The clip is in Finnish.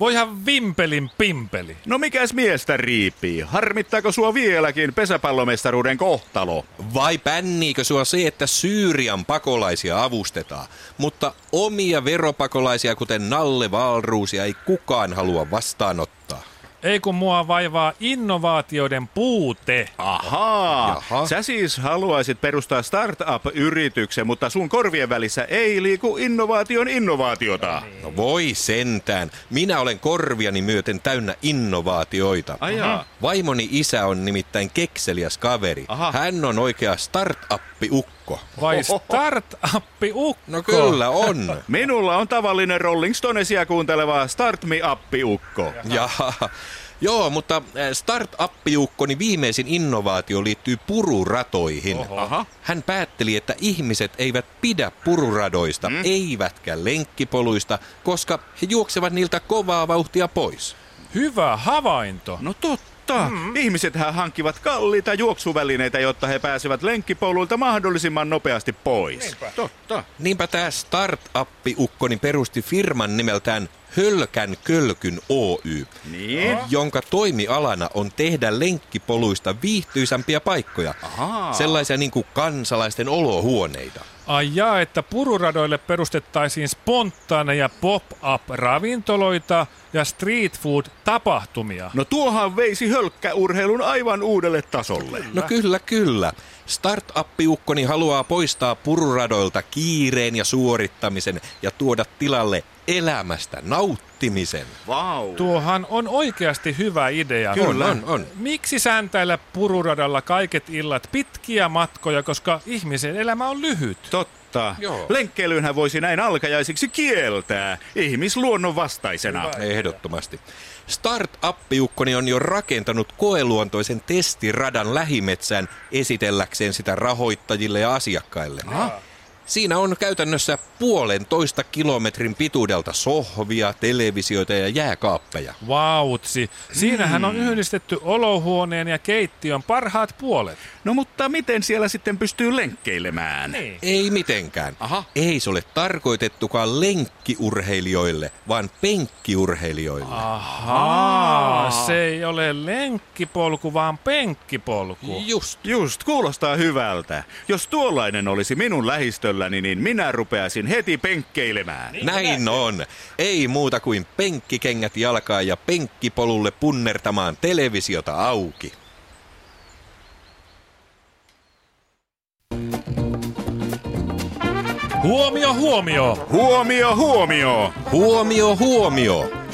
Voihan vimpelin pimpeli. No mikäs miestä riippii? Harmittaako sua vieläkin pesäpallomestaruuden kohtalo? Vai pänniikö sua se, että Syyrian pakolaisia avustetaan, mutta omia veropakolaisia, kuten Nalle Valruusia, ei kukaan halua vastaanottaa? Ei kun mua vaivaa innovaatioiden puute. Ahaa, Jaha. sä siis haluaisit perustaa startup-yrityksen, mutta sun korvien välissä ei liiku innovaation innovaatiota. No voi sentään. Minä olen korviani myöten täynnä innovaatioita. Ajaa. Vaimoni isä on nimittäin kekseliäs kaveri. Aha. Hän on oikea startup-ukko. Vai Ohoho. startuppi ukko? No kyllä on. Minulla on tavallinen Rolling Stonesia kuunteleva Start Me-appiukko. Jaha. Joo, mutta äh, startup-juukkoni viimeisin innovaatio liittyy pururatoihin. Aha. Hän päätteli, että ihmiset eivät pidä pururadoista, Mm. eivätkä lenkkipoluista, koska he juoksevat niiltä kovaa vauhtia pois. Hyvä havainto. No totta. Mm. Ihmisethän hankkivat kalliita juoksuvälineitä, jotta he pääsevät lenkkipoluilta mahdollisimman nopeasti pois. Niinpä. Totta. Niinpä tämä startup-ukkoni perusti firman nimeltään Hölkän Kölkyn Oy, Niin. jonka toimialana on tehdä lenkkipoluista viihtyisämpiä paikkoja, Ahaa. sellaisia niin kuin kansalaisten olohuoneita. Ai jaa, että pururadoille perustettaisiin spontaaneja pop-up ravintoloita ja street food tapahtumia. No tuohan veisi hölkkäurheilun aivan uudelle tasolle. No kyllä, kyllä. Startup-ukkoni haluaa poistaa pururadoilta kiireen ja suorittamisen ja tuoda tilalle elämästä nauttimisen. Vau. Wow. Tuohan on oikeasti hyvä idea. Kyllä. On, on, on. Miksi sääntäillä pururadalla kaiket illat pitkiä matkoja, koska ihmisen elämä on lyhyt? Totta. Joo. Lenkkeilynhän voisi näin alkajaisiksi kieltää ihmisluonnon vastaisena. Ehdottomasti. Startup-ukkoni on jo rakentanut koeluontoisen testiradan lähimetsään esitelläkseen sitä rahoittajille ja asiakkaille. Siinä on käytännössä puolentoista kilometrin pituudelta sohvia, televisioita ja jääkaappeja. Vautsi. Siinähän on yhdistetty olohuoneen ja keittiön parhaat puolet. No mutta miten siellä sitten pystyy lenkkeilemään? Niin. Ei mitenkään. Aha. Ei se ole tarkoitettukaan lenkkiurheilijoille, vaan penkkiurheilijoille. Ahaa, se ei ole lenkkipolku, vaan penkkipolku. Just. Just, kuulostaa hyvältä. Jos tuollainen olisi minun lähistölläni, niin minä rupeaisin heti penkkeilemään. Niin. Näin on. Ei muuta kuin penkkikengät jalkaan ja penkkipolulle punnertamaan televisiota auki. Huomio, huomio! Huomio, huomio! Huomio, huomio!